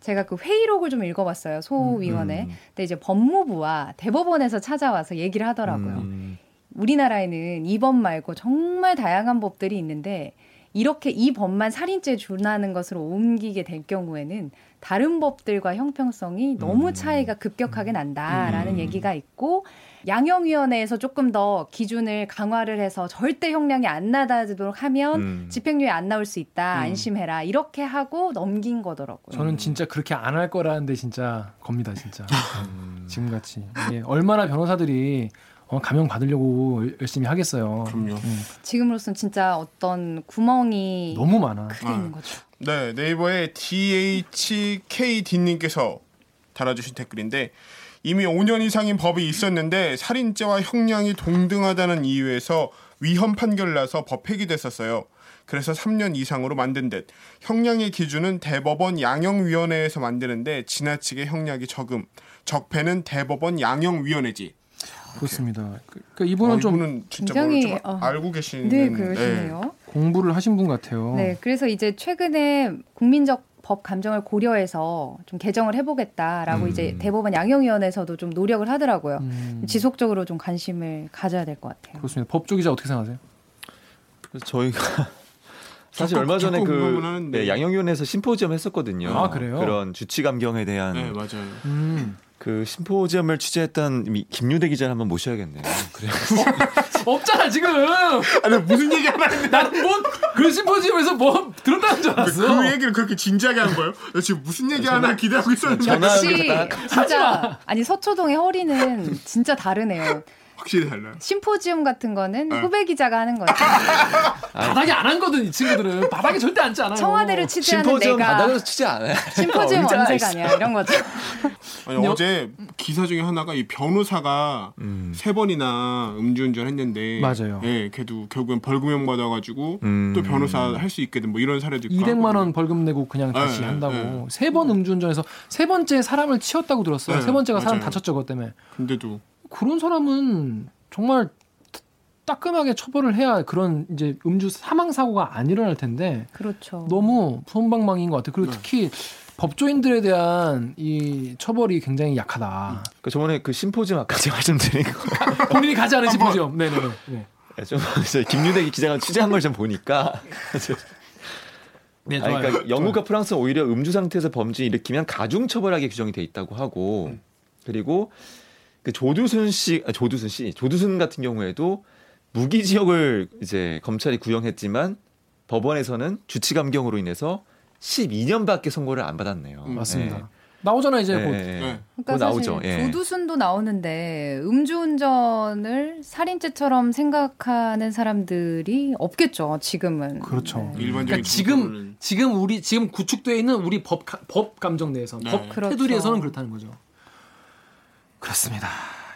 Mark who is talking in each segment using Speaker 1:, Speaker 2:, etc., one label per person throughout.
Speaker 1: 제가 그 회의록을 좀 읽어봤어요 소위원회.
Speaker 2: 음.
Speaker 1: 근데 이제 법무부와 대법원에서 찾아와서 얘기를 하더라고요.
Speaker 2: 음.
Speaker 1: 우리나라에는 이 법 말고 정말 다양한 법들이 있는데 이렇게 이 법만 살인죄 준하는 것으로 옮기게 될 경우에는 다른 법들과 형평성이 너무
Speaker 2: 음.
Speaker 1: 차이가 급격하게 난다라는
Speaker 2: 음.
Speaker 1: 얘기가 있고 양형위원회에서 조금 더 기준을 강화를 해서 절대 형량이 안 나다지도록 하면
Speaker 2: 음.
Speaker 1: 집행유예 안 나올 수 있다
Speaker 3: 음.
Speaker 1: 안심해라 이렇게 하고 넘긴 거더라고요.
Speaker 3: 저는 진짜 그렇게 안 할 거라는데 진짜 겁니다 진짜 음, 지금같이 이게 얼마나 변호사들이 어, 감형 받으려고 열- 열심히 하겠어요.
Speaker 2: 그럼요.
Speaker 3: 음,
Speaker 1: 지금으로선 진짜 어떤 구멍이
Speaker 3: 너무 많아.
Speaker 1: 크게 있는 거죠.
Speaker 2: 네, 네이버에 DHKD님께서 달아주신 댓글인데 이미 5년 이상인 법이 있었는데 살인죄와 형량이 동등하다는 이유에서 위헌 판결 나서 법 폐기됐었어요. 그래서 3년 이상으로 만든 듯 형량의 기준은 대법원 양형위원회에서 만드는데 지나치게 형량이 적음 적폐는 대법원 양형위원회지.
Speaker 3: 그렇습니다. 그, 그러니까
Speaker 2: 어,
Speaker 3: 이분은 좀
Speaker 2: 이분은 진짜
Speaker 1: 굉장히,
Speaker 2: 뭘 좀
Speaker 1: 어.
Speaker 2: 알고 계시는
Speaker 1: 네 그러시네요.
Speaker 3: 공부를 하신 분 같아요.
Speaker 1: 네, 그래서 이제 최근에 국민적 법 감정을 고려해서 좀 개정을 해보겠다라고
Speaker 2: 음.
Speaker 1: 이제 대법원 양형위원회에서도 좀 노력을 하더라고요.
Speaker 3: 음,
Speaker 1: 지속적으로 좀 관심을 가져야 될 것 같아요.
Speaker 3: 그렇습니다. 법조기자 어떻게 생각하세요?
Speaker 4: 그래서 저희가 사실
Speaker 2: 자꾸-
Speaker 4: 얼마 전에
Speaker 2: 자꾸
Speaker 4: 그
Speaker 2: 궁금은 하는데.
Speaker 4: 네, 양형위원회에서 심포지엄 했었거든요.
Speaker 3: 아, 그래요?
Speaker 4: 그런 주치 감경에 대한
Speaker 2: 네, 맞아요.
Speaker 3: 음.
Speaker 4: 그 심포지엄을 취재했던 미- 김유대 기자를 한번
Speaker 2: 아,
Speaker 4: 모셔야겠네요. 그래.
Speaker 3: 없잖아 지금.
Speaker 2: 아니 무슨 얘기 하나 했는데
Speaker 3: 나는 뭔그 심포지엄에서 뭐 들었다는 줄
Speaker 2: 그,
Speaker 3: 알았어.
Speaker 2: 얘기를 그렇게 진지하게 한 거예요? 나 지금 무슨 얘기 하나 기대하고 있었는데
Speaker 4: 전화
Speaker 1: 역시
Speaker 4: 연결
Speaker 1: 진짜 아니 서초동의 허리는 진짜 다르네요.
Speaker 2: 확실히 달라요.
Speaker 1: 심포지움 같은 거는
Speaker 2: 네.
Speaker 1: 후배 기자가 하는 거죠.
Speaker 3: 바닥에 안 한 거든 이 친구들은 바닥에 절대 앉지 않아요.
Speaker 1: 청와대를 취재하는
Speaker 4: 어. 심포지엄
Speaker 1: 내가
Speaker 4: 바닥에서 취재 안 해.
Speaker 1: 심포지움
Speaker 4: 의자가
Speaker 1: 언제
Speaker 4: 있어.
Speaker 1: 가냐 이런 거죠.
Speaker 3: 음.
Speaker 2: 아니, 어제 기사 중에 하나가 이 변호사가
Speaker 4: 음.
Speaker 2: 세 번이나 음주운전 했는데
Speaker 3: 맞아요.
Speaker 2: 예, 걔도 결국엔 벌금형 받아가지고
Speaker 4: 음.
Speaker 2: 또 변호사 할 수 있게 된 뭐 이런 사례도 있고.
Speaker 3: 200만 원
Speaker 2: 하거든요.
Speaker 3: 벌금 내고 그냥 다시
Speaker 2: 네,
Speaker 3: 한다고
Speaker 2: 네.
Speaker 3: 세 번 음주운전해서 세 번째 사람을 치었다고 들었어요.
Speaker 2: 네,
Speaker 3: 세 번째가 사람
Speaker 2: 맞아요.
Speaker 3: 다쳤죠 그것 때문에
Speaker 2: 근데도
Speaker 3: 그런 사람은 정말 따끔하게 처벌을 해야 그런 이제 음주 사망 사고가 안 일어날 텐데
Speaker 1: 그렇죠.
Speaker 3: 너무 손방망인 것 같아요.
Speaker 2: 네.
Speaker 3: 그리고 특히 법조인들에 대한 이 처벌이 굉장히 약하다.
Speaker 4: 그 저번에 그 심포지엄 아까지 말씀드린 거.
Speaker 3: 본인이 가지 않은 심포지엄. 네네네. 네.
Speaker 4: 좀 이제 김유대 기자가 취재한 걸 좀 보니까.
Speaker 3: 네,
Speaker 4: 아니, 그러니까 영국과 프랑스는 오히려 음주 상태에서 범죄 일으키면 가중 처벌하게 규정이 돼 있다고 하고
Speaker 3: 음.
Speaker 4: 그리고 그 조두순 씨, 아, 조두순 씨, 조두순 같은 경우에도 무기 지역을 이제 검찰이 구형했지만 법원에서는 주치 감경으로 인해서 12년밖에 선고를 안 받았네요.
Speaker 2: 음,
Speaker 3: 맞습니다.
Speaker 4: 네.
Speaker 3: 나오잖아 이제
Speaker 4: 네,
Speaker 3: 곧.
Speaker 4: 네.
Speaker 2: 네.
Speaker 1: 그러니까
Speaker 4: 그거
Speaker 1: 사실
Speaker 4: 나오죠. 예.
Speaker 1: 조두순도 나오는데 음주운전을 살인죄처럼 생각하는 사람들이 없겠죠. 지금은.
Speaker 3: 그렇죠.
Speaker 1: 네.
Speaker 2: 일반적인
Speaker 3: 그러니까 지금 지금 우리 지금 구축되어 있는 우리 법, 가- 법 감정 내에서
Speaker 2: 네.
Speaker 3: 법
Speaker 1: 그렇죠.
Speaker 3: 테두리에서는 그렇다는 거죠. 그렇습니다.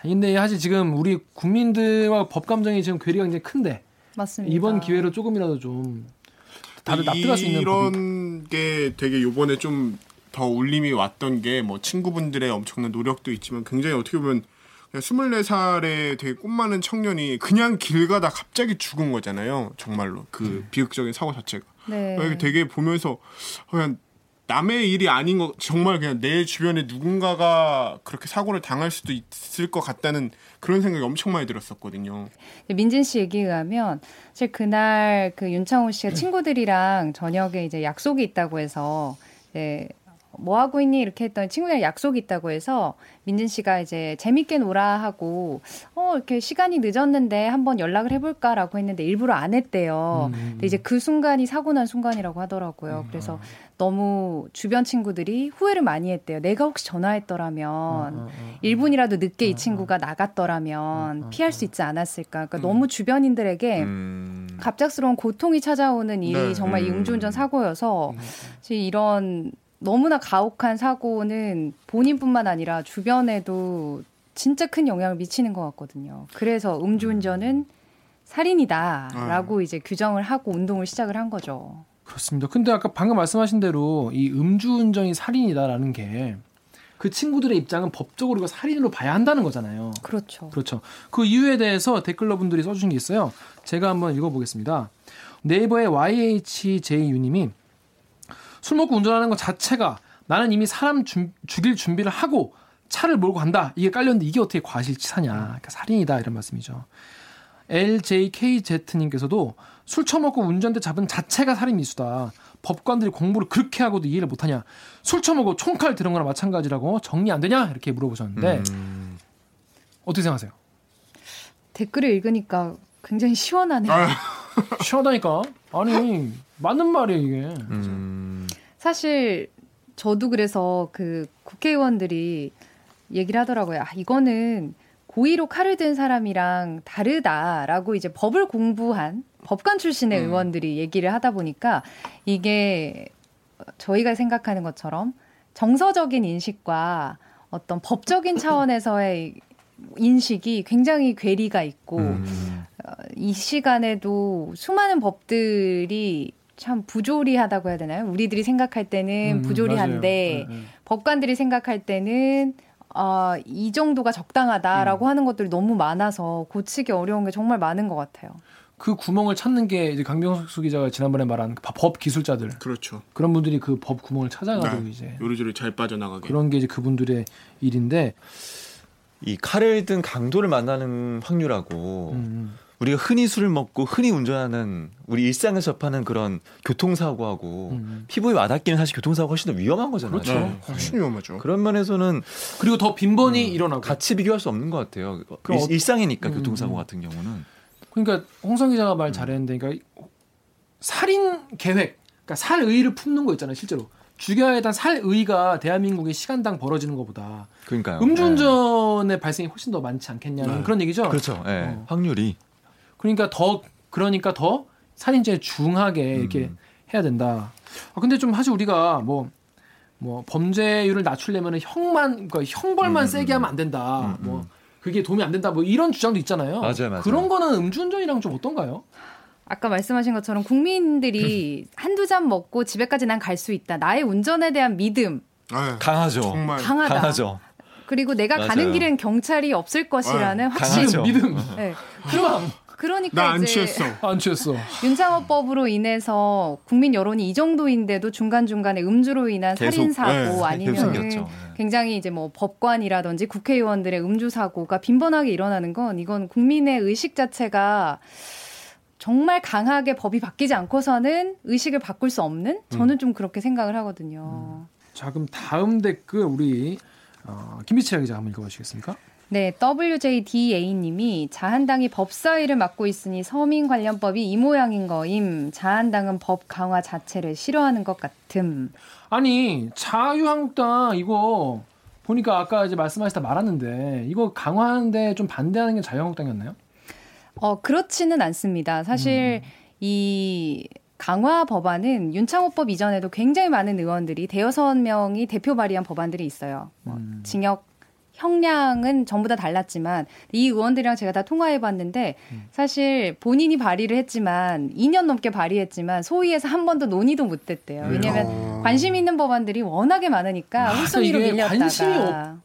Speaker 3: 근데 사실 지금 우리 국민들과 법 감정이 지금 괴리가 굉장히 큰데
Speaker 1: 맞습니다.
Speaker 3: 이번 기회로 조금이라도 좀 다들 납득할 수 있는 법이
Speaker 2: 이런 게 되게 요번에 좀 더 울림이 왔던 게 뭐 친구분들의 엄청난 노력도 있지만 굉장히 어떻게 보면 그냥 24살에 되게 꿈 많은 청년이 그냥 길 가다 갑자기 죽은 거잖아요. 정말로. 그
Speaker 3: 네.
Speaker 2: 비극적인 사고 자체가. 그러니까
Speaker 1: 네.
Speaker 2: 아, 이게 되게 보면서 어, 그냥 남의 일이 아닌 거 정말 그냥 내 주변에 누군가가 그렇게 사고를 당할 수도 있을 것 같다는 그런 생각이 엄청 많이 들었었거든요.
Speaker 1: 민진 씨 얘기에 의하면 사실 그날 그 윤창호 씨가 친구들이랑 저녁에 이제 약속이 있다고 해서 이제 뭐 하고 있니 이렇게 했더니 친구들이랑 약속이 있다고 해서 민진 씨가 이제 재밌게 놀아 하고 어 이렇게 시간이 늦었는데 한번 연락을 해볼까라고 했는데 일부러 안 했대요.
Speaker 3: 음.
Speaker 1: 근데 이제 그 순간이 사고 난 순간이라고 하더라고요.
Speaker 3: 아.
Speaker 1: 그래서
Speaker 3: 음.
Speaker 1: 너무 주변 친구들이 후회를 많이 했대요. 내가 혹시
Speaker 3: 음.
Speaker 1: 전화했더라면 1분이라도 늦게 이 친구가 나갔더라면 피할 수 있지 않았을까. 그러니까 너무
Speaker 3: 네.
Speaker 1: 주변인들에게
Speaker 4: 음.
Speaker 1: 갑작스러운 고통이 찾아오는 일이
Speaker 2: 네.
Speaker 1: 정말 이
Speaker 4: 음.
Speaker 1: 음주운전 사고여서 사실 이런 너무나 가혹한 사고는 본인뿐만 아니라 주변에도 진짜 큰 영향을 미치는 것 같거든요. 그래서 음주운전은 살인이다라고 이제 규정을 하고 운동을 시작을 한 거죠.
Speaker 3: 그렇습니다. 근데 아까 방금 말씀하신 대로 이 음주운전이 살인이다라는 게 그 친구들의 입장은 법적으로 이거 살인으로 봐야 한다는 거잖아요.
Speaker 1: 그렇죠.
Speaker 3: 그렇죠. 그 이유에 대해서 댓글러 분들이 써주신 게 있어요. 제가 한번 읽어보겠습니다. 네이버의 YHJ유님이 술 먹고 운전하는 것 자체가 나는 이미 사람 준- 죽일 준비를 하고 차를 몰고 간다. 이게 깔렸는데 이게 어떻게 과실치사냐. 그러니까 살인이다 이런 말씀이죠. LJKZ님께서도 술 처먹고 운전대 잡은 자체가 살인 미수다. 법관들이 공부를 그렇게 하고도 이해를 못하냐. 술 처먹고 총칼 들은 거나 마찬가지라고 정리 안 되냐 이렇게
Speaker 4: 음.
Speaker 3: 물어보셨는데 어떻게 생각하세요?
Speaker 1: 댓글을 읽으니까 굉장히 시원하네요.
Speaker 3: 시원하다니까. 아니 맞는 말이에요 이게.
Speaker 4: 음.
Speaker 1: 사실 저도 그래서 그 국회의원들이 얘기를 하더라고요. 아, 이거는 고의로 칼을 든 사람이랑 다르다라고 이제 법을 공부한 법관 출신의 의원들이 얘기를 하다 보니까 이게 저희가 생각하는 것처럼 정서적인 인식과 어떤 법적인 차원에서의 인식이 굉장히 괴리가 있고
Speaker 4: 음.
Speaker 1: 이 시간에도 수많은 법들이 참 부조리하다고 해야 되나요? 우리들이 생각할 때는
Speaker 3: 음,
Speaker 1: 네, 부조리한데
Speaker 3: 맞아요. 네, 네.
Speaker 1: 법관들이 생각할 때는 아, 이 정도가 적당하다라고 하는 것들이 너무 많아서 고치기 어려운 게 정말 많은 것 같아요.
Speaker 3: 그 구멍을 찾는 게 이제 강병수 기자가 지난번에 말한 그법 기술자들
Speaker 2: 그렇죠.
Speaker 3: 그런 분들이 그 법 구멍을 찾아가지고
Speaker 2: 네.
Speaker 3: 이제
Speaker 2: 요리조리 잘 빠져나가게.
Speaker 3: 그런 게 이제 그분들의 일인데
Speaker 4: 이 칼을 든 강도를 만나는 확률하고
Speaker 3: 음,
Speaker 4: 우리가 흔히 술을 먹고 흔히 운전하는 우리 일상에서 접하는 그런 교통사고하고
Speaker 3: 음.
Speaker 4: 피부에 와닿기는 사실 교통사고 가 훨씬 더 위험한 거잖아요.
Speaker 3: 그렇죠.
Speaker 2: 네, 훨씬 위험하죠.
Speaker 4: 그런 면에서는
Speaker 3: 그리고 더 빈번히 일어나고
Speaker 4: 같이 비교할 수 없는 것 같아요.
Speaker 3: 그럼 어-
Speaker 4: 일, 상이니까
Speaker 3: 음,
Speaker 4: 교통사고
Speaker 3: 음.
Speaker 4: 같은 경우는
Speaker 3: 그러니까 홍성 기자가 말 잘했는데 그러니까 살인 계획 그러니까 살의를 품는 거 있잖아요 실제로 죽여야 단 살의가 대한민국의 시간당 벌어지는 것보다
Speaker 4: 그러니까요.
Speaker 3: 음주운전의 발생이 훨씬 더 많지 않겠냐는
Speaker 2: 네.
Speaker 3: 네. 그런 얘기죠
Speaker 4: 네. 그렇죠. 예.
Speaker 3: 어.
Speaker 4: 확률이
Speaker 3: 그러니까 더 그러니까 더 살인죄 중하게 이렇게
Speaker 4: 음.
Speaker 3: 해야 된다. 아, 근데 좀 사실 우리가 뭐 뭐 범죄율을 낮추려면 형만 그러니까 형벌만
Speaker 4: 음,
Speaker 3: 세게
Speaker 4: 음.
Speaker 3: 하면 안 된다.
Speaker 4: 음,
Speaker 3: 뭐
Speaker 4: 음.
Speaker 3: 그게 도움이 안 된다. 뭐 이런 주장도 있잖아요.
Speaker 4: 맞아요, 맞아요.
Speaker 3: 그런 거는 음주운전이랑 좀 어떤가요?
Speaker 1: 아까 말씀하신 것처럼 국민들이 한두 잔 먹고 집에까지 난 갈 수 있다. 나의 운전에 대한 믿음
Speaker 2: 네,
Speaker 4: 강하죠.
Speaker 2: 정말
Speaker 1: 강하다.
Speaker 4: 강하죠.
Speaker 1: 그리고 내가
Speaker 4: 맞아요.
Speaker 1: 가는 길엔 경찰이 없을 것이라는 확신.
Speaker 4: 강하죠. 어.
Speaker 3: 믿음,
Speaker 1: 네.
Speaker 3: 희망
Speaker 1: 그러니까
Speaker 2: 나 안
Speaker 1: 이제
Speaker 2: 취했어.
Speaker 3: 안 취했어.
Speaker 1: 윤창호법으로 인해서 국민 여론이 이 정도인데도 중간중간에 음주로 인한
Speaker 4: 계속,
Speaker 1: 살인
Speaker 4: 네,
Speaker 1: 사고
Speaker 2: 예,
Speaker 4: 계속
Speaker 1: 아니면
Speaker 4: 생겼죠. 예.
Speaker 1: 굉장히 이제 뭐 법관이라든지 국회의원들의 음주 사고가 빈번하게 일어나는 건 이건 국민의 의식 자체가 정말 강하게 법이 바뀌지 않고서는 의식을 바꿀 수 없는
Speaker 4: 음.
Speaker 1: 저는 좀 그렇게 생각을 하거든요.
Speaker 3: 자 그럼 다음 댓글 우리 어, 김비치 기자 한번 읽어보시겠습니까?
Speaker 1: 네, WJDA님이 자한당이 법사위를 맡고 있으니 서민 관련법이 이 모양인 거임. 자한당은 법 강화 자체를 싫어하는 것 같음.
Speaker 3: 아니 자유한국당 이거 보니까 아까 이제 말씀하시다 말았는데 이거 강화하는데 좀 반대하는 게 자유한국당이었나요?
Speaker 1: 어, 그렇지는 않습니다. 사실
Speaker 3: 음.
Speaker 1: 이 강화 법안은 윤창호법 이전에도 굉장히 많은 의원들이 대여섯 명이 대표 발의한 법안들이 있어요. 뭐
Speaker 3: 음.
Speaker 1: 징역 형량은 전부 다 달랐지만 이 의원들이랑 제가 다 통화해 봤는데
Speaker 3: 음.
Speaker 1: 사실 본인이 발의를 했지만 2년 넘게 발의했지만 소위에서 한 번도 논의도 못 됐대요. 왜냐면
Speaker 2: 어.
Speaker 1: 관심 있는 법안들이 워낙에 많으니까 홀수미로
Speaker 3: 음. 아, 이게
Speaker 1: 밀렸다가
Speaker 3: 관심이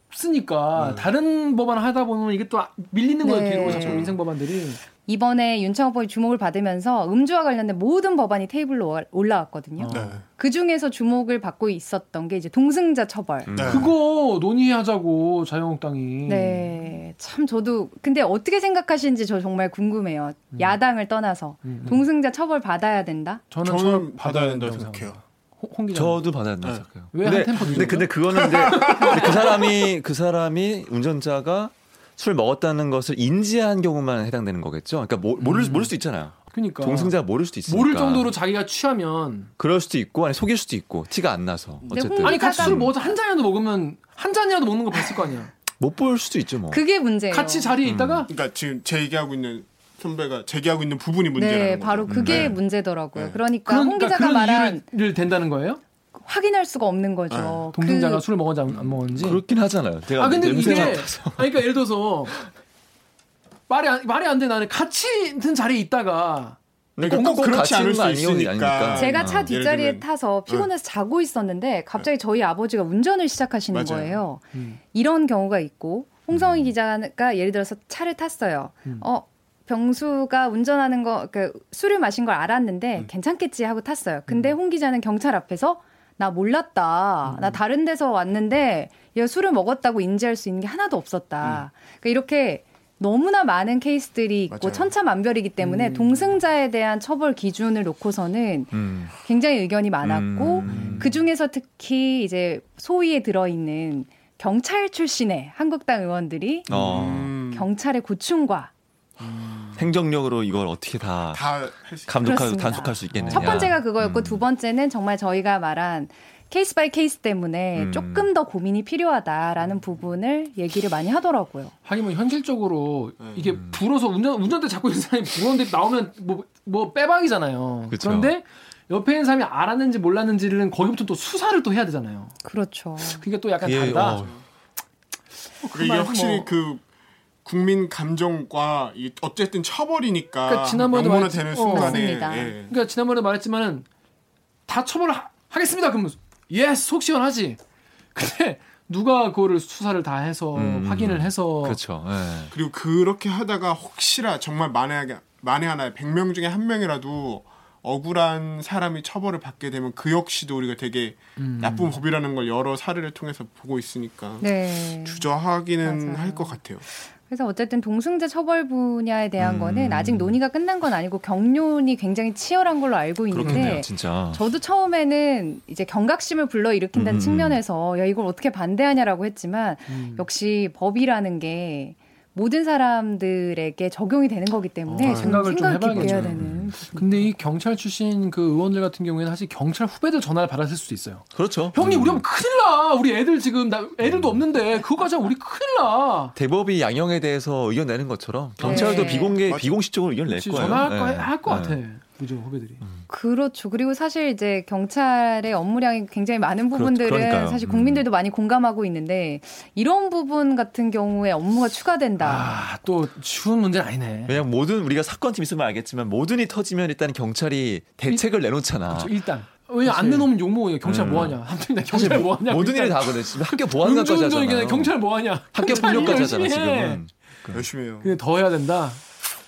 Speaker 3: 없으니까 다른 법안 하다 보면 이게 또 아- 밀리는 거예요
Speaker 1: 네.
Speaker 3: 뒤로 자꾸 민생 법안들이
Speaker 1: 이번에 윤창호법이 주목을 받으면서 음주와 관련된 모든 법안이 테이블로 올- 올라왔거든요.
Speaker 3: 어.
Speaker 2: 네.
Speaker 1: 그 중에서 주목을 받고 있었던 게 이제 동승자 처벌.
Speaker 4: 음.
Speaker 2: 네.
Speaker 3: 그거 논의하자고
Speaker 2: 음.
Speaker 3: 자유한국당이
Speaker 1: 네, 참 저도 근데 어떻게 생각하시는지 저 정말 궁금해요.
Speaker 2: 음.
Speaker 1: 야당을 떠나서
Speaker 3: 음, 음.
Speaker 1: 동승자 처벌 받아야 된다.
Speaker 3: 저는,
Speaker 2: 저는 받아야 된다고
Speaker 3: 된다고
Speaker 2: 생각해요.
Speaker 3: 생각합니다. 홍 기자
Speaker 4: 저도 받았나
Speaker 2: 네.
Speaker 4: 생각해요.
Speaker 3: 왜한 템포
Speaker 4: 근데,
Speaker 3: 늦어요?
Speaker 4: 근데 그거는 근데, 근데 그 사람이 그 사람이 운전자가 술 먹었다는 것을 인지한 경우만 해당되는 거겠죠. 그러니까 모, 모를 모를 수 있잖아요.
Speaker 3: 그러니까
Speaker 4: 동승자가 모를 수도 있으니까.
Speaker 3: 모를 정도로 자기가 취하면
Speaker 4: 그럴 수도 있고 아니 속일 수도 있고 티가 안 나서
Speaker 1: 네,
Speaker 4: 어쨌든
Speaker 1: 홍
Speaker 3: 아니 같이
Speaker 1: 혼자가-
Speaker 3: 술 먹어서 한 잔이라도 먹으면 한 잔이라도 먹는 거 봤을 거 아니야.
Speaker 4: 못 볼 수도 있죠
Speaker 2: 어.
Speaker 4: 뭐.
Speaker 1: 그게 문제예요.
Speaker 3: 같이 자리에
Speaker 1: 음.
Speaker 3: 있다가
Speaker 2: 그러니까 지금 제 얘기하고 있는 선배가 제기하고 있는 부분이 문제라는
Speaker 1: 네,
Speaker 2: 거죠.
Speaker 1: 바로 그게
Speaker 2: 네.
Speaker 1: 문제더라고요.
Speaker 2: 네.
Speaker 1: 그러니까
Speaker 3: 그런-
Speaker 1: 홍 기자가
Speaker 3: 그런
Speaker 1: 말한
Speaker 3: 이유를 된다는 거예요?
Speaker 1: 확인할 수가 없는 거죠.
Speaker 2: 네.
Speaker 3: 동승자가
Speaker 1: 그-
Speaker 3: 술을 먹었는지 안- 안 먹었는지.
Speaker 4: 그렇긴 하잖아요. 제가
Speaker 3: 아 근데 이게
Speaker 4: 냄새
Speaker 3: 아니,
Speaker 4: 맡아서.
Speaker 3: 그러니까 예를 들어서 말이 안, 말이 안 돼 나는 같이 있는 자리에 있다가
Speaker 4: 그러니까
Speaker 2: 꼭
Speaker 4: 꼭
Speaker 2: 그렇지
Speaker 4: 같이
Speaker 2: 않을
Speaker 4: 있는 거
Speaker 2: 수
Speaker 4: 아니에요?
Speaker 2: 있으니까. 음,
Speaker 4: 아니니까.
Speaker 1: 제가
Speaker 4: 아,
Speaker 1: 차
Speaker 2: 예를
Speaker 1: 뒷자리에
Speaker 2: 들면- 어.
Speaker 1: 타서 피곤해서 자고 있었는데 갑자기 저희 아버지가 운전을 시작하시는
Speaker 2: 맞아요. 음.
Speaker 1: 거예요.
Speaker 3: 음.
Speaker 1: 이런 경우가 있고 홍성희 기자가 예를 들어서 차를 탔어요.
Speaker 3: 음.
Speaker 1: 어 병수가 운전하는
Speaker 2: 음.
Speaker 1: 거, 그 술을 마신 걸 알았는데 괜찮겠지 하고 탔어요. 근데 홍 기자는 경찰 앞에서 나 몰랐다.
Speaker 2: 음.
Speaker 1: 나 다른 데서 왔는데 얘 술을 먹었다고 인지할 수 있는 게 하나도 없었다. 그러니까 이렇게 너무나 많은 케이스들이 있고
Speaker 2: 음. 맞아요. 음.
Speaker 1: 천차만별이기 때문에 동승자에 대한 처벌 기준을 놓고서는
Speaker 4: 음.
Speaker 1: 굉장히 의견이 많았고
Speaker 4: 음.
Speaker 1: 그 중에서 특히 이제 소위에 들어있는 경찰 출신의 한국당 의원들이
Speaker 4: 어,
Speaker 2: 음,
Speaker 1: 경찰의 고충과
Speaker 4: 행정력으로 이걸 어떻게 다
Speaker 2: 다할 수.
Speaker 4: 감독하고
Speaker 1: 그렇습니다.
Speaker 4: 단속할 수 있겠느냐. 음.
Speaker 1: 첫 번째가 그거였고 두 번째는 정말 저희가 말한 케이스 바이 케이스 때문에
Speaker 4: 음.
Speaker 1: 조금 더 고민이 필요하다라는 부분을 얘기를 많이 하더라고요.
Speaker 3: 하긴 뭐 현실적으로
Speaker 4: 네.
Speaker 3: 이게
Speaker 4: 음.
Speaker 3: 불어서 운전 운전대 잡고 있는 사람이 불었는데 나오면 뭐 뭐 빼박이잖아요.
Speaker 4: 그쵸.
Speaker 3: 런데 옆에 있는 사람이 알았는지 몰랐는지는 거기부터 또 수사를 또 해야 되잖아요.
Speaker 1: 그렇죠.
Speaker 3: 그게 또 약간
Speaker 4: 그게,
Speaker 3: 다르다. 뭐
Speaker 4: 어,
Speaker 2: 그러니까 이게
Speaker 3: 말고
Speaker 2: 확실히
Speaker 3: 뭐-
Speaker 2: 그 국민 감정과 이 어쨌든 처벌이니까
Speaker 3: 그러니까 지난번에도
Speaker 2: 명문화
Speaker 3: 말했-
Speaker 2: 되는
Speaker 3: 어.
Speaker 2: 순간에
Speaker 1: 맞습니다.
Speaker 2: 예.
Speaker 3: 그러니까 지난번에 말했지만은 다 처벌을 하, 겠습니다 그러면 예, 속 시원하지. 근데 누가 그거를 수사를 다 해서
Speaker 4: 음,
Speaker 3: 확인을 해서
Speaker 4: 그렇죠. 예.
Speaker 2: 그리고 그렇게 하다가 혹시라 정말 만에 만에 하나 100명 중에 한 명이라도 억울한 사람이 처벌을 받게 되면 그 역시도 우리가 되게 나쁜 법이라는 걸 여러 사례를 통해서 보고 있으니까
Speaker 1: 네.
Speaker 2: 주저하기는
Speaker 1: 맞아요.
Speaker 2: 할 것 같아요.
Speaker 1: 그래서 어쨌든 동승자 처벌 분야에 대한
Speaker 4: 음.
Speaker 1: 거는 아직 논의가 끝난 건 아니고 경륜이 굉장히 치열한 걸로 알고
Speaker 4: 그렇겠네요,
Speaker 1: 있는데
Speaker 4: 진짜.
Speaker 1: 저도 처음에는 이제 경각심을 불러일으킨다는
Speaker 4: 아. 음.
Speaker 1: 측면에서 야 이걸 어떻게 반대하냐라고 했지만
Speaker 3: 음.
Speaker 1: 역시 법이라는 게 모든 사람들에게 적용이 되는 거기 때문에
Speaker 3: 어,
Speaker 1: 좀
Speaker 3: 생각을
Speaker 1: 생각을 깊게
Speaker 3: 좀 해봐야겠죠.
Speaker 1: 해야 되는
Speaker 3: 근데 이 경찰 출신 그 의원들 같은 경우에는 사실 경찰 후배들 전화를 받았을 수도 있어요.
Speaker 4: 그렇죠.
Speaker 3: 형님
Speaker 4: 음.
Speaker 3: 우리 하면 큰일 나. 우리 애들 지금 나 애들도 없는데 그거까지 하면 우리 큰일 나.
Speaker 4: 대법이 양형에 대해서 의견 내는 것처럼 경찰도
Speaker 1: 네.
Speaker 4: 비공개
Speaker 2: 맞죠.
Speaker 4: 비공식적으로 의견 낼
Speaker 3: 그렇지,
Speaker 4: 거예요. 음.
Speaker 3: 전화할
Speaker 4: 예.
Speaker 3: 거할거
Speaker 4: 예.
Speaker 3: 같아. 그죠 후배들이.
Speaker 1: 그렇죠. 그리고 사실 이제 경찰의 업무량이 굉장히 많은
Speaker 4: 그렇-
Speaker 1: 부분들은
Speaker 4: 그러니까요.
Speaker 1: 사실
Speaker 4: 음.
Speaker 1: 국민들도 많이 공감하고 있는데 이런 부분 같은 경우에 업무가 추가된다.
Speaker 3: 아또 쉬운 문제는 아니네.
Speaker 4: 왜냐면 모든 우리가 사건팀 있으면 알겠지만 모든이 터지면 일단 경찰이 대책을 내놓잖아. 음.
Speaker 3: 그렇죠, 일단 왜냐 안 내놓으면 욕먹어요. 경찰 뭐하냐? 아무튼 나 경찰 뭐하냐?
Speaker 4: 모든 일이 다 그래. 지금 학교 보안관까지
Speaker 3: 음주운전이긴
Speaker 4: 뭐 하잖아요.
Speaker 3: 경찰 뭐하냐?
Speaker 4: 학교
Speaker 3: 경찰이
Speaker 4: 폭력까지
Speaker 3: 열심히
Speaker 4: 하잖아
Speaker 3: 해.
Speaker 4: 지금은.
Speaker 2: 열심히 해요.
Speaker 1: 그
Speaker 3: 근데 더 해야 된다.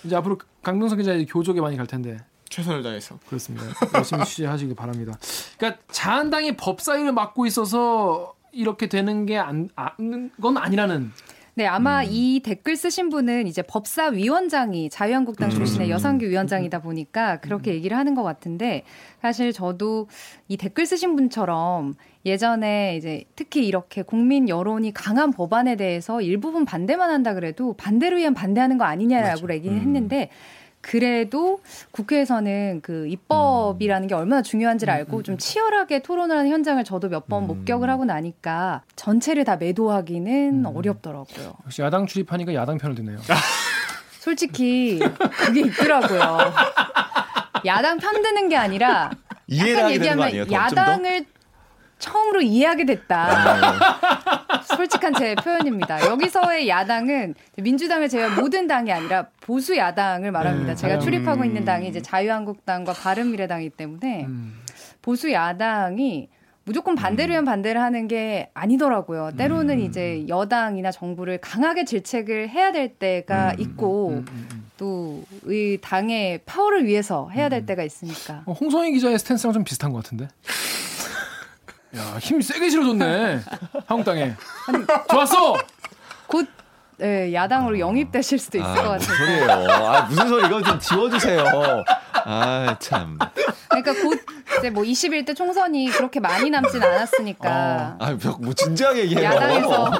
Speaker 3: 이제 앞으로 강동석 기자 이제 교족에 많이 갈 텐데
Speaker 2: 최선을 다해서.
Speaker 3: 그렇습니다. 열심히 취재하시기 바랍니다. 그러니까 자한당이 법사위를 맡고 있어서 이렇게 되는 게안건 아니라는
Speaker 1: 네, 아마 이 댓글 쓰신 분은 이제 법사위원장이 자유한국당 출신의 여상규 위원장이다 보니까 그렇게 얘기를 하는 것 같은데 사실 저도 이 댓글 쓰신 분처럼 예전에 이제 특히 이렇게 국민 여론이 강한 법안에 대해서 일부분 반대만 한다 그래도 반대를 위한 반대하는 거 아니냐라고 얘기는 했는데 그래도 국회에서는 그 입법이라는 게 얼마나 중요한지를 알고 좀 치열하게 토론을 하는 현장을 저도 몇 번 목격을 하고 나니까 전체를 다 매도하기는 어렵더라고요.
Speaker 3: 역시 야당 출입하니까 야당 편을 드네요.
Speaker 1: 솔직히 그게 있더라고요. 야당 편드는 게 아니라
Speaker 4: 이해를
Speaker 1: 약간
Speaker 4: 하게 되는
Speaker 1: 얘기하면
Speaker 4: 거 아니에요? 더, 좀 더?
Speaker 1: 야당을 처음으로 이해하게 됐다.
Speaker 4: 아,
Speaker 1: 솔직한 제 표현입니다. 여기서의 야당은 민주당을 제외한 모든 당이 아니라 보수 야당을 말합니다.
Speaker 4: 네,
Speaker 3: 음,
Speaker 1: 제가
Speaker 3: 음.
Speaker 1: 출입하고 있는 당이 이제 자유한국당과 바른미래당이기 때문에
Speaker 3: 음.
Speaker 1: 보수 야당이 무조건 반대를 위한 반대를 하는 게 아니더라고요. 때로는
Speaker 4: 음.
Speaker 1: 이제 여당이나 정부를 강하게 질책을 해야 될 때가
Speaker 4: 음.
Speaker 1: 있고
Speaker 3: 음, 음, 음.
Speaker 1: 또 이 당의 파워를 위해서 해야
Speaker 4: 음.
Speaker 1: 될 때가 있으니까.
Speaker 3: 어, 홍성희 기자의 스탠스랑 좀 비슷한 것 같은데. 야, 힘 세게 실어줬네. 한국당에. 좋았어.
Speaker 1: 곧 예, 야당으로 영입되실 수도 있을 것
Speaker 4: 아, 무슨
Speaker 1: 같아서.
Speaker 4: 소리예요? 아, 무슨 소리? 이거 좀 지워주세요. 아 참.
Speaker 1: 그러니까 곧 이제 뭐 21대 총선이 그렇게 많이 남진
Speaker 4: 어.
Speaker 1: 않았으니까
Speaker 4: 아뭐 진지하게 얘기해요.
Speaker 1: 야당에서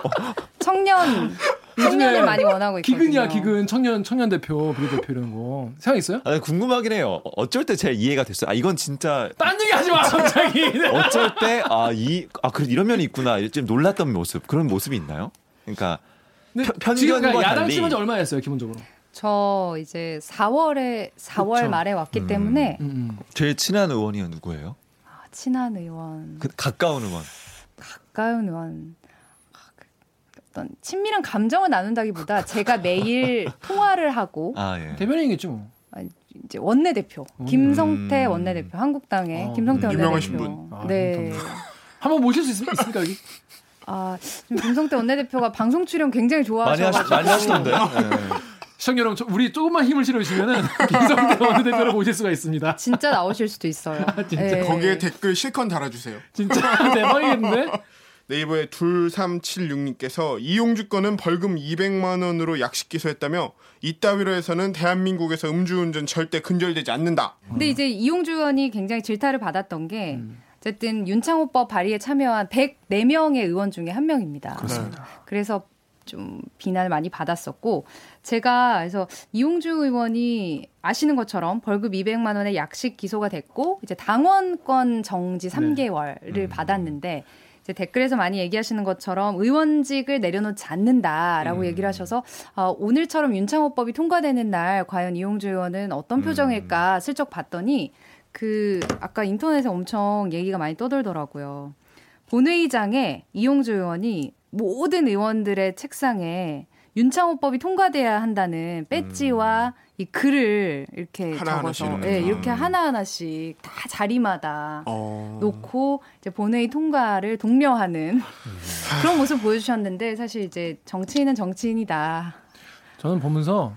Speaker 1: 청년 청년을 많이 원하고 뭐 있거든요.
Speaker 3: 기근이야, 기근. 청년 청년 대표, 비례대표 이런 거. 생각 있어요?
Speaker 4: 아, 궁금하긴 해요. 어쩔 때 제일 이해가 됐어요. 아 이건 진짜
Speaker 3: 딴 얘기 하지 마, 갑자기.
Speaker 4: 어쩔 때 아 이 아 그래 이런 면이 있구나 좀 놀랐던 모습 그런 모습이 있나요? 그러니까
Speaker 3: 근데
Speaker 4: 편-
Speaker 3: 지금 그러니까
Speaker 4: 편견과
Speaker 3: 야당
Speaker 4: 달리.
Speaker 3: 심한 지 얼마 됐어요, 기본적으로?
Speaker 1: 저 이제 4월에 4월
Speaker 3: 그쵸.
Speaker 1: 말에 왔기
Speaker 4: 음.
Speaker 1: 때문에
Speaker 3: 음, 음.
Speaker 4: 제일 친한 의원이 누구예요?
Speaker 1: 아, 친한 의원,
Speaker 4: 그 가까운 의원.
Speaker 1: 가까운 의원. 아, 그 어떤 친밀한 감정을 나눈다기보다 제가 매일 통화를 하고
Speaker 4: 아 예.
Speaker 3: 대변인이겠죠. 뭐.
Speaker 1: 이제 원내대표
Speaker 3: 음.
Speaker 1: 김성태 원내대표 한국당의
Speaker 3: 어,
Speaker 1: 김성태
Speaker 2: 음.
Speaker 1: 원내대표
Speaker 2: 유명하신 분.
Speaker 3: 아,
Speaker 1: 네.
Speaker 3: 한번 모실 수 있, 있습니까, 여기?
Speaker 1: 아, 지금 김성태 원내대표가 방송 출연 굉장히
Speaker 4: 많이
Speaker 1: 좋아하셔
Speaker 4: 하시 많이
Speaker 1: 가지고
Speaker 4: 하시던데. 요
Speaker 3: 시청자 여러분, 저- 우리 조금만 힘을 실어주시면은 김성태 원내대표를 모실 수가 있습니다.
Speaker 1: 진짜 나오실 수도 있어요.
Speaker 3: 진짜.
Speaker 1: 예.
Speaker 2: 거기에 댓글 실컷 달아주세요.
Speaker 3: 진짜 대박이겠는데?
Speaker 2: 네이버에 2376님께서 이용주 건은 벌금 200만 원으로 약식 기소했다며 이따위로 해서는 대한민국에서 음주운전 절대 근절되지 않는다.
Speaker 1: 근데 이제 이용주 의원이 굉장히 질타를 받았던 게 어쨌든 윤창호법 발의에 참여한 104명의 의원 중에 한 명입니다. 네.
Speaker 2: 그렇습니다.
Speaker 1: 그래서 좀 비난을 많이 받았었고 제가 그래서 이용주 의원이 아시는 것처럼 벌금 200만 원의 약식 기소가 됐고 이제 당원권 정지
Speaker 2: 네.
Speaker 1: 3개월을
Speaker 2: 음.
Speaker 1: 받았는데 이제 댓글에서 많이 얘기하시는 것처럼 의원직을 내려놓지 않는다라고
Speaker 2: 음.
Speaker 1: 얘기를 하셔서 어, 오늘처럼 윤창호법이 통과되는 날 과연 이용주 의원은 어떤
Speaker 2: 음.
Speaker 1: 표정일까 슬쩍 봤더니 그 아까 인터넷에 엄청 얘기가 많이 떠돌더라고요. 본회의장에 이용주 의원이 모든 의원들의 책상에 윤창호법이 통과돼야 한다는 배지와 이 글을 이렇게
Speaker 2: 음. 하나하나씩
Speaker 1: 적어서
Speaker 2: 이렇게. 음.
Speaker 1: 예, 이렇게 하나하나씩 다 자리마다
Speaker 2: 어.
Speaker 1: 놓고 이제 본회의 통과를 독려하는
Speaker 2: 음.
Speaker 1: 그런 모습 보여주셨는데 사실 이제 정치인은 정치인이다.
Speaker 3: 저는 보면서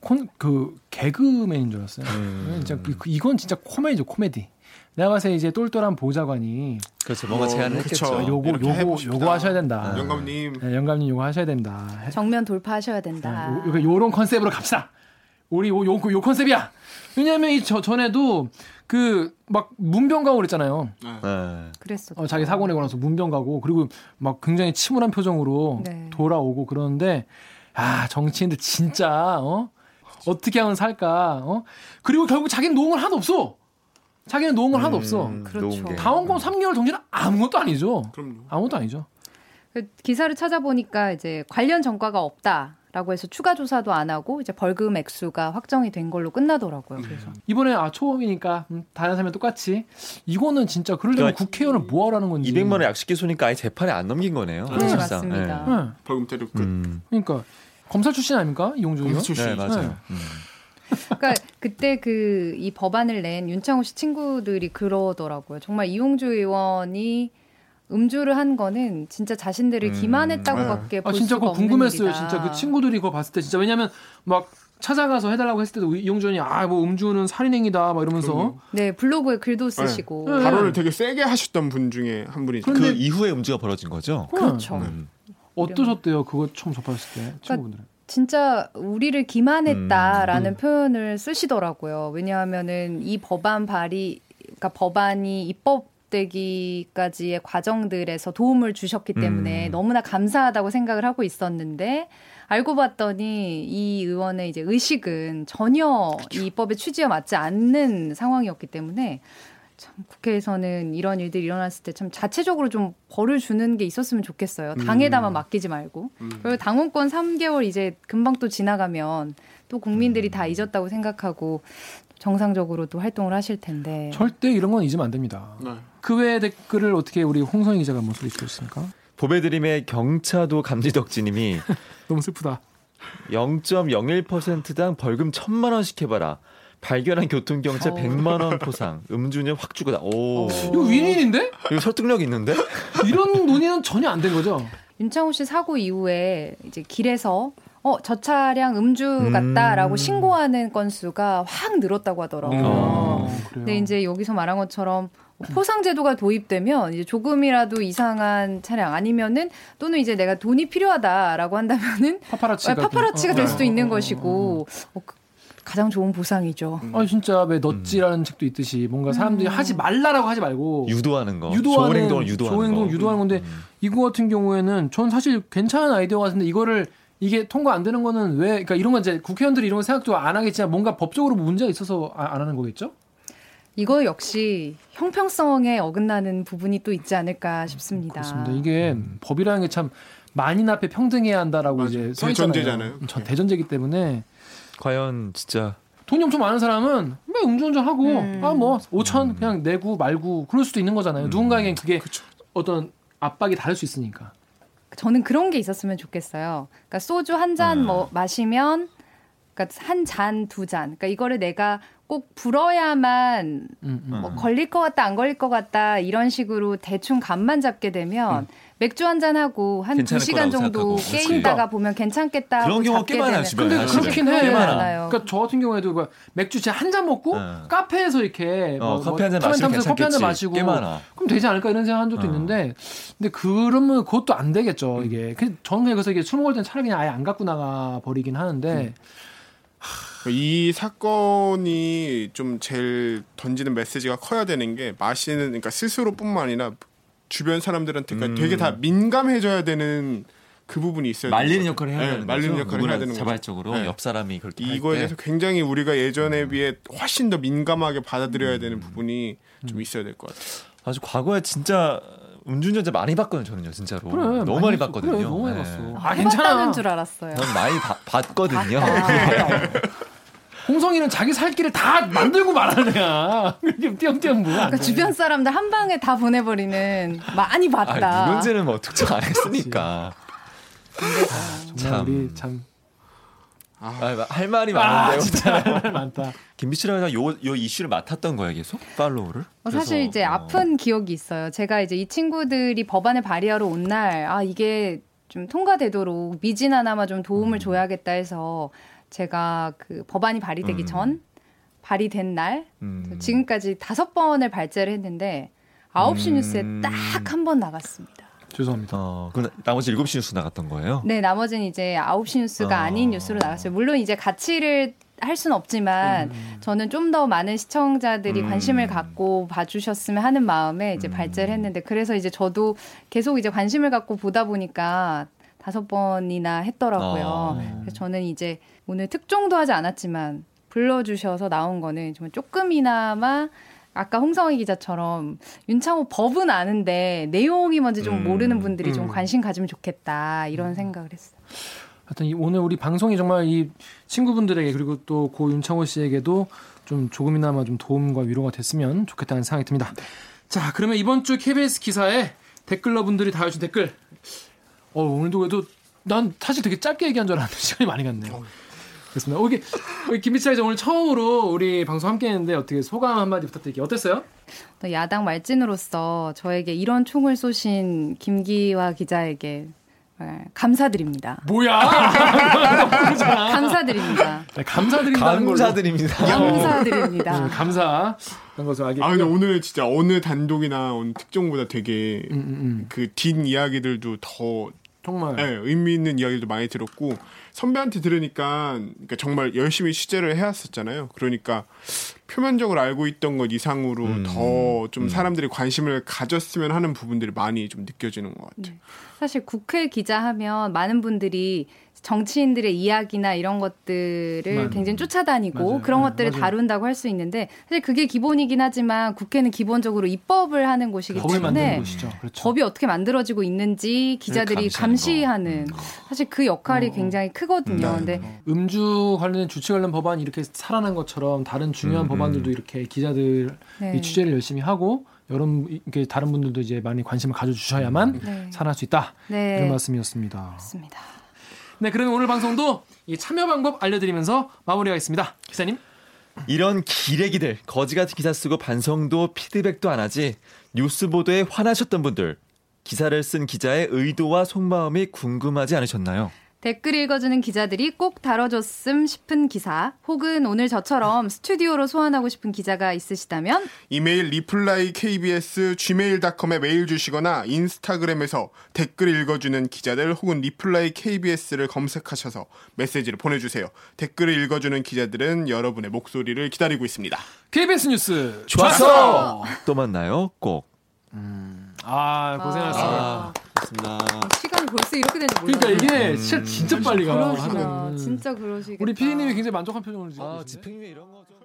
Speaker 3: 콘, 그 개그맨인 줄 알았어요.
Speaker 1: 음.
Speaker 4: 예.
Speaker 3: 진짜 그- 그- 이건 진짜 코미디죠, 코미디. 내가 봐서 이제 똘똘한 보좌관이
Speaker 4: 그렇죠. 뭔가
Speaker 2: 어,
Speaker 4: 제안을
Speaker 2: 그쵸.
Speaker 4: 했겠죠.
Speaker 2: 아,
Speaker 3: 요거
Speaker 2: 이렇게
Speaker 3: 요거
Speaker 2: 해봅시다.
Speaker 3: 요거 하셔야 된다.
Speaker 2: 영감님
Speaker 3: 네, 영감님 요거 하셔야 된다. 해-
Speaker 1: 정면 돌파하셔야 된다.
Speaker 3: 아, 네, 요, 요- 요런 컨셉으로 갑시다. 우리 요, 요, 요 컨셉이야. 왜냐면 이 저, 전에도 그 막 문병 가고 그랬잖아요.
Speaker 4: 네.
Speaker 1: 그랬어.
Speaker 3: 어, 자기 사고 내고 나서 문병 가고 그리고 막 굉장히 침울한 표정으로
Speaker 1: 네.
Speaker 3: 돌아오고 그러는데 아 정치인들 진짜 어 어떻게 하면 살까 어 그리고 결국 자기는 놓은 건 하나도 없어 자기는 놓은 건 하나도 없어
Speaker 4: 음,
Speaker 1: 그렇죠.
Speaker 4: 놓은 게.
Speaker 3: 당원권 3개월 정지는 아무것도 아니죠
Speaker 2: 그럼요.
Speaker 3: 아무것도 아니죠
Speaker 1: 그 기사를 찾아보니까 이제 관련 전과가 없다라고 해서 추가 조사도 안 하고 이제 벌금 액수가 확정이 된 걸로 끝나더라고요. 그래서
Speaker 3: 이번에 아 초범이니까 음, 다른 사람이 똑같이 이거는 진짜 그러려면
Speaker 4: 그러니까
Speaker 3: 국회의원을 뭐하라는 건지
Speaker 4: 200만 원 약식 기소니까 아예 재판에 안 넘긴 거네요.
Speaker 1: 네,
Speaker 4: 사실상.
Speaker 1: 맞습니다.
Speaker 4: 네.
Speaker 3: 예,
Speaker 2: 벌금 때리고 끝.
Speaker 4: 음.
Speaker 3: 그러니까 검사 출신 아닙니까 이용주 의원
Speaker 2: 검사 출신.
Speaker 4: 네, 맞아요.
Speaker 3: 네.
Speaker 4: 음.
Speaker 1: 그러니까 그때 그 이 법안을 낸 윤창호 씨 친구들이 그러더라고요. 정말 이용주 의원이 음주를 한 거는 진짜 자신들을
Speaker 4: 음,
Speaker 1: 기만했다고밖에
Speaker 3: 아
Speaker 1: 볼
Speaker 3: 진짜
Speaker 1: 수가
Speaker 3: 그거
Speaker 1: 없는
Speaker 3: 궁금했어요.
Speaker 1: 일이다.
Speaker 3: 진짜 그 친구들이 그거 봤을 때 진짜 왜냐면 막 찾아가서 해달라고 했을 때도 이용준이 아 뭐 음주는 살인행위다 막 이러면서
Speaker 2: 그럼요.
Speaker 1: 네 블로그에 글도 쓰시고
Speaker 3: 네.
Speaker 2: 발언을 되게 세게 하셨던 분 중에 한 분이죠.
Speaker 4: 그
Speaker 3: 근데-
Speaker 4: 이후에 음주가 벌어진 거죠.
Speaker 1: 그렇죠.
Speaker 4: 음.
Speaker 3: 어떠셨대요? 그거 처음 접하셨을 때
Speaker 1: 그러니까
Speaker 3: 친구분들은
Speaker 1: 진짜 우리를 기만했다라는
Speaker 3: 음.
Speaker 1: 표현을 쓰시더라고요. 왜냐하면은 이 법안 발의, 그러니까 법안이 입법되기까지의 과정들에서 도움을 주셨기 때문에
Speaker 4: 음.
Speaker 1: 너무나 감사하다고 생각을 하고 있었는데 알고 봤더니 이 의원의 이제 의식은 전혀 이 입법의 취지에 맞지 않는 상황이었기 때문에 참 국회에서는 이런 일들이 일어났을 때 참 자체적으로 좀 벌을 주는 게 있었으면 좋겠어요.
Speaker 3: 음.
Speaker 1: 당에다만 맡기지 말고. 그리고 당원권 3개월 이제 금방 또 지나가면 또 국민들이 다 잊었다고 생각하고 정상적으로 또 활동을 하실 텐데.
Speaker 3: 절대 이런 건 잊으면 안 됩니다.
Speaker 2: 네.
Speaker 3: 그 외의 댓글을 어떻게 우리 홍성희 기자가 한번 소개해 주셨습니까?
Speaker 4: 보배드림의 경차도 감지덕지님이
Speaker 3: 너무 슬프다.
Speaker 4: 0.01%당 벌금 1천만 원씩 해봐라. 발견한 교통경찰
Speaker 1: 어.
Speaker 4: 100만 원 포상. 음주는 확 주고다. 오.
Speaker 1: 어.
Speaker 3: 이거 윈윈인데?
Speaker 4: 이거 설득력 있는데?
Speaker 3: 이런 논의는 전혀 안 된 거죠.
Speaker 1: 윤창호 씨 사고 이후에 이제 길에서 어, 저 차량 음주
Speaker 4: 음.
Speaker 1: 같다라고 신고하는 건수가 확 늘었다고
Speaker 3: 음.
Speaker 1: 하더라고요.
Speaker 4: 어.
Speaker 3: 그래요.
Speaker 1: 근데 이제 여기서 말한 것처럼 포상 제도가 도입되면 이제 조금이라도 이상한 차량 아니면은 또는 이제 내가 돈이 필요하다라고 한다면은
Speaker 3: 파파라치가
Speaker 1: 네, 파파라치가
Speaker 3: 어,
Speaker 1: 될
Speaker 3: 어,
Speaker 1: 수도
Speaker 3: 어,
Speaker 1: 있는
Speaker 3: 어,
Speaker 1: 것이고 어, 그- 가장 좋은 보상이죠.
Speaker 3: 어, 어. 아 진짜 왜 넛지라는 책도 있듯이 뭔가
Speaker 1: 음.
Speaker 3: 사람들이 하지 말라라고 하지 말고
Speaker 4: 음. 유도하는 거.
Speaker 3: 유도하는
Speaker 4: 좋은 행동을 유도하는
Speaker 3: 좋은 행동을
Speaker 4: 거. 음.
Speaker 3: 유도하는 건데
Speaker 5: 음.
Speaker 3: 이거 같은 경우에는 전 사실 괜찮은 아이디어 같은데 이거를 이게 통과 안 되는 거는 왜 그러니까 이런 건 이제 국회의원들이 이런 거 생각도 안 하겠지만 뭔가 법적으로 문제가 있어서 아- 안 하는 거겠죠?
Speaker 1: 이거 역시 형평성에 어긋나는 부분이 또 있지 않을까 싶습니다.
Speaker 3: 그렇습니다. 이게
Speaker 4: 음.
Speaker 3: 법이라는 게 참 만인 앞에 평등해야 한다라고
Speaker 2: 맞아요.
Speaker 3: 이제 써
Speaker 2: 대전제잖아요. 예.
Speaker 3: 있잖아요. 음, 전 대전제기 때문에
Speaker 4: 과연 진짜
Speaker 3: 돈이 엄청 많은 사람은 왜 음주운전 하고
Speaker 1: 음.
Speaker 3: 아뭐 5천 그냥 내고 말고 그럴 수도 있는 거잖아요.
Speaker 5: 음.
Speaker 3: 누군가에겐 그게
Speaker 2: 그쵸.
Speaker 3: 어떤 압박이 다를 수 있으니까.
Speaker 1: 저는 그런 게 있었으면 좋겠어요. 그러니까 소주 한
Speaker 5: 네.
Speaker 1: 잔 뭐 마시면 그러니까 한 잔 두 잔. 그러니까 이거를 내가 꼭 불어야만
Speaker 3: 음, 음.
Speaker 1: 뭐 걸릴 것 같다 안 걸릴 것 같다 이런 식으로 대충 감만 잡게 되면 맥주 한잔 하고 한 두
Speaker 5: 음. 괜찮을
Speaker 1: 시간
Speaker 5: 거라고 생각하고.
Speaker 1: 정도 깨
Speaker 5: 그렇지.
Speaker 1: 있다가 보면 괜찮겠다.
Speaker 5: 그런
Speaker 1: 하고
Speaker 5: 경우가
Speaker 1: 잡게
Speaker 5: 꽤 많아요,
Speaker 1: 되는.
Speaker 5: 집에.
Speaker 3: 근데
Speaker 5: 사실은.
Speaker 3: 그렇긴
Speaker 1: 꽤
Speaker 3: 해.
Speaker 1: 많아요.
Speaker 3: 그러니까 저 같은 경우에도 뭐 맥주 진짜 한 잔 먹고
Speaker 5: 응.
Speaker 3: 카페에서 이렇게
Speaker 5: 네. 어,
Speaker 3: 뭐
Speaker 5: 커피 한잔
Speaker 3: 커맨드
Speaker 5: 마시면
Speaker 3: 하면서 커피 한 잔
Speaker 5: 괜찮겠지.
Speaker 3: 마시고
Speaker 5: 꽤 많아.
Speaker 3: 그럼 되지 않을까 이런 생각 한 적도
Speaker 5: 어. 음.
Speaker 3: 있는데 근데 그러면 그것도 안 되겠죠 이게 그 저는 그래서 이게 술 먹을 땐 차라리 그냥 아예 안 갖고 나가 버리긴
Speaker 5: 음.
Speaker 3: 하는데
Speaker 2: 이 사건이 좀 제일 던지는 메시지가 커야 되는 게 마시는 그러니까 스스로뿐만 아니라 주변
Speaker 5: 음.
Speaker 2: 사람들한테까지 되게 다 민감해져야 되는 그 부분이 있어요.
Speaker 5: 말리는 역할을 해야
Speaker 2: 네,
Speaker 5: 되는
Speaker 2: 말리는
Speaker 5: 거죠.
Speaker 2: 역할을 해야
Speaker 5: 누구나
Speaker 2: 되는 거죠.
Speaker 5: 자발적으로
Speaker 2: 네.
Speaker 5: 옆 사람이 그렇게 할
Speaker 2: 이거에
Speaker 5: 때. 음.
Speaker 2: 대해서 굉장히 우리가 예전에 비해 훨씬 더 민감하게 받아들여야 되는 부분이
Speaker 5: 음.
Speaker 2: 좀 있어야 될 것 같아요.
Speaker 5: 아주 과거에 진짜 음주운전자 많이 봤거든요 저는요 진짜로
Speaker 3: 그래
Speaker 5: 너무 많이
Speaker 3: 했어.
Speaker 5: 봤거든요
Speaker 3: 그래, 너무 많이
Speaker 5: 네.
Speaker 3: 봤어
Speaker 1: 아,
Speaker 3: 아
Speaker 1: 해봤다는
Speaker 3: 괜찮아
Speaker 1: 줄 알았어요.
Speaker 5: 전 많이 봐- 봤거든요
Speaker 3: 아, 홍성이는 자기 살 길을 다 만들고 말하는 애야 이렇게 띄엄띄엄 뭐야 네, 안
Speaker 1: 그러니까
Speaker 3: 돼.
Speaker 1: 주변 사람들 한 방에 다 보내버리는 많이 봤다.
Speaker 5: 아, 누군지는 뭐 특정 안 했으니까
Speaker 3: 정말 우리 참
Speaker 5: 아, 할 말이 많은데
Speaker 3: 아,
Speaker 5: 요
Speaker 3: 진짜 할 말 많다.
Speaker 5: 김비 씨랑 요, 요 이슈를 맡았던 거예요 계속 팔로우를
Speaker 1: 어, 사실
Speaker 5: 그래서,
Speaker 1: 이제
Speaker 5: 어,
Speaker 1: 아픈 기억이 있어요. 제가 이제 이 친구들이 법안에 발의하러 온 날, 아, 이게 좀 통과되도록 미진하나마 좀
Speaker 5: 음.
Speaker 1: 도움을 줘야겠다 해서 제가 그 법안이 발의되기
Speaker 5: 음.
Speaker 1: 전, 발의된 날,
Speaker 5: 음.
Speaker 1: 지금까지 다섯 번을 발제를 했는데, 아홉 시
Speaker 5: 음.
Speaker 1: 뉴스에 딱 한 번 나갔습니다.
Speaker 3: 죄송합니다.
Speaker 5: 어, 그럼 나머지 7시 뉴스 나갔던 거예요?
Speaker 1: 네, 나머지는 이제 9시 뉴스가
Speaker 5: 아.
Speaker 1: 아닌 뉴스로 나갔어요. 물론 이제 가치를 할 수는 없지만 저는 좀 더 많은 시청자들이
Speaker 5: 음.
Speaker 1: 관심을 갖고 봐주셨으면 하는 마음에 이제
Speaker 5: 음.
Speaker 1: 발제를 했는데 그래서 이제 저도 계속 이제 관심을 갖고 보다 보니까 다섯 번이나 했더라고요.
Speaker 5: 아.
Speaker 1: 그래서 저는 이제 오늘 특종도 하지 않았지만 불러주셔서 나온 거는 정말 조금이나마 아까 홍성희 기자처럼 윤창호 법은 아는데 내용이 뭔지 좀
Speaker 5: 음.
Speaker 1: 모르는 분들이 좀
Speaker 3: 음.
Speaker 1: 관심 가지면 좋겠다 이런 생각을 했어요.
Speaker 3: 하여튼 이- 오늘 우리 방송이 정말 이 친구분들에게 그리고 또 고 윤창호 씨에게도 좀 조금이나마 좀 도움과 위로가 됐으면 좋겠다는 생각이 듭니다. 자, 그러면 이번 주 KBS 기사에 댓글러분들이 달아주신 댓글. 어, 오늘도 그래도 난 사실 되게 짧게 얘기한 줄 알았는데 시간이 많이 갔네요. 그렇습니다. 어, 이게 우리 김비치 기자 오늘 처음으로 우리 방송 함께 했는데 어떻게 소감 한마디 부탁드릴게요. 어땠어요?
Speaker 1: 또 야당 말진으로서 저에게 이런 총을 쏘신 김기화 기자에게 정말 감사드립니다.
Speaker 3: 뭐야? 아.
Speaker 1: 감사드립니다.
Speaker 3: 네, 감사드린다는 걸로.
Speaker 5: 감사드립니다. 네,
Speaker 3: 음,
Speaker 1: 감사드립니다.
Speaker 3: 감사. 음, 그런 것을 알겠고요.
Speaker 2: 아 근데
Speaker 5: 음.
Speaker 2: 오늘 진짜 어느 단독이나 어느 특종보다 되게
Speaker 3: 음, 음, 음.
Speaker 2: 그 뒷 이야기들도 더
Speaker 3: 정말.
Speaker 2: 네, 의미 있는 이야기도 많이 들었고 선배한테 들으니까 그러니까 정말 열심히 취재를 해왔었잖아요. 그러니까 표면적으로 알고 있던 것 이상으로 더 좀 사람들이 관심을 가졌으면 하는 부분들이 많이 좀 느껴지는 것 같아요.
Speaker 1: 사실 국회 기자 하면 많은 분들이 정치인들의 이야기나 이런 것들을
Speaker 3: 맞아요.
Speaker 1: 굉장히 쫓아다니고
Speaker 3: 맞아요.
Speaker 1: 그런
Speaker 3: 네,
Speaker 1: 것들을
Speaker 3: 맞아요.
Speaker 1: 다룬다고 할 수 있는데 사실 그게 기본이긴 하지만 국회는 기본적으로 입법을 하는 곳이기
Speaker 3: 법을 만드는
Speaker 1: 때문에
Speaker 3: 곳이죠. 그렇죠.
Speaker 1: 법이 어떻게 만들어지고 있는지
Speaker 5: 감시하는
Speaker 1: 기자들이 감시하는
Speaker 3: 음.
Speaker 5: 음.
Speaker 1: 음. 사실 그 역할이
Speaker 3: 어, 어.
Speaker 1: 굉장히 크거든요. 근데
Speaker 3: 그렇죠.
Speaker 5: 네.
Speaker 3: 음주 관련 주치 관련 법안이 이렇게 살아난 것처럼 다른 중요한
Speaker 5: 음,
Speaker 3: 법안들도 이렇게 기자들이
Speaker 1: 네.
Speaker 3: 취재를 열심히 하고 여러분 이렇게 다른 분들도 이제 많이 관심을 가져주셔야만
Speaker 1: 네.
Speaker 3: 살아날 수 있다
Speaker 1: 네.
Speaker 3: 이런 말씀이었습니다.
Speaker 1: 맞습니다.
Speaker 3: 네, 그러면 오늘 방송도 이 참여 방법 알려드리면서 마무리하겠습니다. 기사님,
Speaker 5: 이런 기레기들, 거지 같은 기사 쓰고 반성도 피드백도 안 하지. 뉴스 보도에 화나셨던 분들, 기사를 쓴 기자의 의도와 속마음이 궁금하지 않으셨나요?
Speaker 1: 댓글 읽어주는 기자들이 꼭 다뤄줬음 싶은 기사 혹은 오늘 저처럼 스튜디오로 소환하고 싶은 기자가 있으시다면
Speaker 2: 이메일 리플라이 kbs gmail.com에 메일 주시거나 인스타그램에서 댓글 읽어주는 기자들 혹은 리플라이 kbs를 검색하셔서 메시지를 보내주세요. 댓글을 읽어주는 기자들은 여러분의 목소리를 기다리고 있습니다.
Speaker 3: KBS 뉴스
Speaker 5: 좋았어! 또 만나요, 꼭.
Speaker 3: 아 고생하셨습니다.
Speaker 1: 아,
Speaker 5: 맞습니다.
Speaker 1: 시간이 벌써 이렇게 되는 몰랐네.
Speaker 3: 그러니까 이게 진짜, 진짜 빨리 가.
Speaker 1: 음. 그러시다.
Speaker 3: 하는.
Speaker 1: 진짜 그러시겠다.
Speaker 3: 우리 피디님이 굉장히 만족한 표정을 지금.
Speaker 5: 아,
Speaker 3: 계신데?
Speaker 5: 집행유예 이런 거 좀.